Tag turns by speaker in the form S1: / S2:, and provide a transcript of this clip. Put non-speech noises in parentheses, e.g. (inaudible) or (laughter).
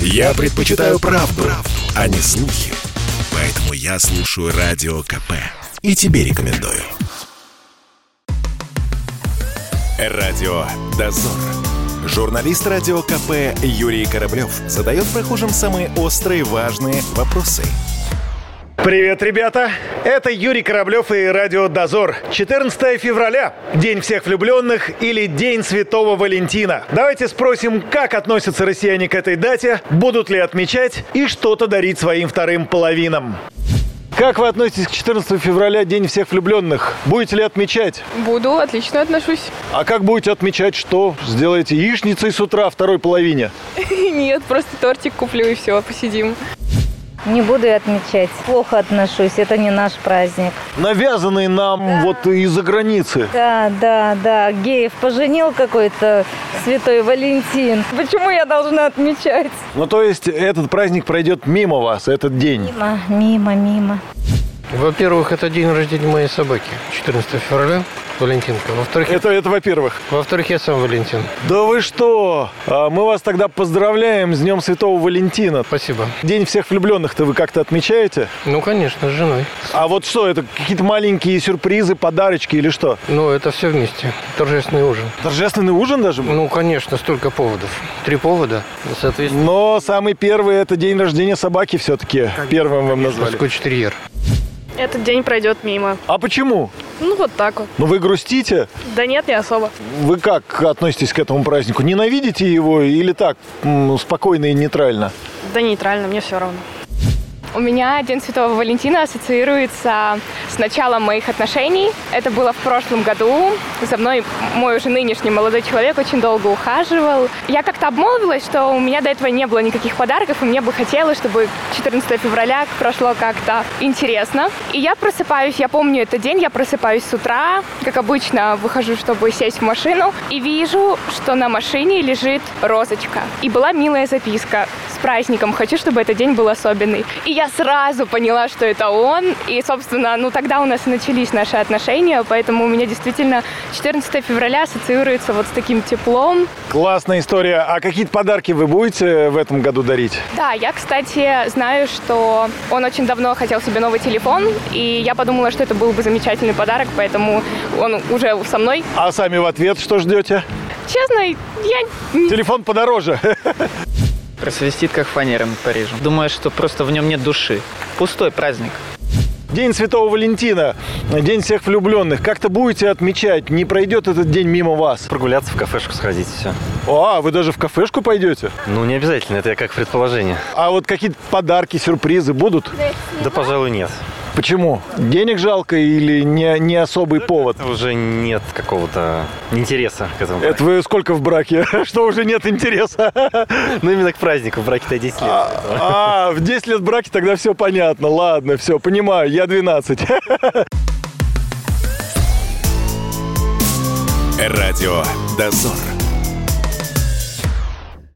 S1: Я предпочитаю правду, правду, а не слухи. Поэтому я слушаю Радио КП. И тебе рекомендую. Радио «Дозор». Журналист Радио КП Юрий Кораблев задает прохожим самые острые важные вопросы –
S2: Привет, ребята! Это Юрий Кораблев и Радио Дозор. 14 февраля – День всех влюбленных или День Святого Валентина. Давайте спросим, как относятся россияне к этой дате, будут ли отмечать и что-то дарить своим вторым половинам. Как вы относитесь к 14 февраля, День всех влюбленных? Будете ли отмечать?
S3: Буду, отлично отношусь. (laughs)
S2: А как будете отмечать, что сделаете яичницей с утра второй половине?
S3: Нет, просто тортик куплю и все, посидим.
S4: Не буду я отмечать. Плохо отношусь, это не наш праздник.
S2: Навязанный нам вот из-за границы.
S4: Да, да, да, геев поженил какой-то святой Валентин. Почему я должна отмечать?
S2: Ну, то есть этот праздник пройдет мимо вас, этот день.
S4: Мимо, мимо, мимо.
S5: Во-первых, это день рождения моей собаки, 14 февраля, Валентинка. Во-вторых,
S2: Это, это во-первых.
S5: во-вторых, я сам Валентин.
S2: Да вы что? А, Мы вас тогда поздравляем с Днем Святого Валентина.
S5: Спасибо.
S2: День всех влюбленных-то вы как-то отмечаете?
S5: Ну, конечно, с женой.
S2: А вот что, это какие-то маленькие сюрпризы, подарочки или что?
S5: Но это все вместе. Торжественный ужин.
S2: Торжественный ужин даже? был?
S5: Ну, конечно, столько поводов. Три повода. Соответственно,
S2: Но самый первый – это день рождения собаки все-таки. Первым вам назвали.
S5: скотч-терьер.
S3: Этот день пройдет мимо.
S2: А почему?
S3: Ну, вот так вот.
S2: Ну вы грустите?
S3: Да нет, не особо.
S2: Вы как относитесь к этому празднику? Ненавидите его или так, м, спокойно и нейтрально?
S3: Да нейтрально, мне все равно.
S6: У меня День Святого Валентина ассоциируется с началом моих отношений. Это было в прошлом году. За мной мой уже нынешний молодой человек очень долго ухаживал. Я как-то обмолвилась, что у меня до этого не было никаких подарков, и мне бы хотелось, чтобы 14 февраля прошло как-то интересно. И я просыпаюсь, я помню этот день, я просыпаюсь с утра, как обычно, выхожу, чтобы сесть в машину, и вижу, что на машине лежит розочка. И была милая записка с праздником, хочу, чтобы этот день был особенный. И я сразу поняла, что это он, и, собственно, ну тогда у нас и начались наши отношения, поэтому у меня действительно 14 февраля ассоциируется вот с таким теплом.
S2: Классная история. А какие-то подарки вы будете в этом году дарить?
S6: Да, я, кстати, знаю, что он очень давно хотел себе новый телефон, и я подумала, что это был бы замечательный подарок, поэтому он уже со мной.
S2: А сами в ответ что ждете?
S6: Честно, я
S2: Телефон подороже. (laughs)
S7: Просвистит, как фанера над Парижем. Думаю, что просто в нем нет души. Пустой праздник.
S2: День Святого Валентина, День всех влюбленных. Как-то будете отмечать, не пройдет этот день мимо вас.
S8: Прогуляться в кафешку сходить, все.
S2: А, вы даже в кафешку пойдете?
S8: Ну, не обязательно, это я как предположение.
S2: А вот какие-то подарки, сюрпризы будут?
S8: Да, пожалуй, нет.
S2: Почему? Денег жалко или не, не особый повод?
S8: Уже нет какого-то интереса к этому.
S2: Это вы сколько в браке? (laughs) Что уже нет интереса? (laughs)
S8: Ну, именно к празднику, в браке-то 10 лет.
S2: А, в 10 лет браки тогда все понятно. Ладно, все, понимаю, я 12. (laughs)
S1: Радио «Дозор».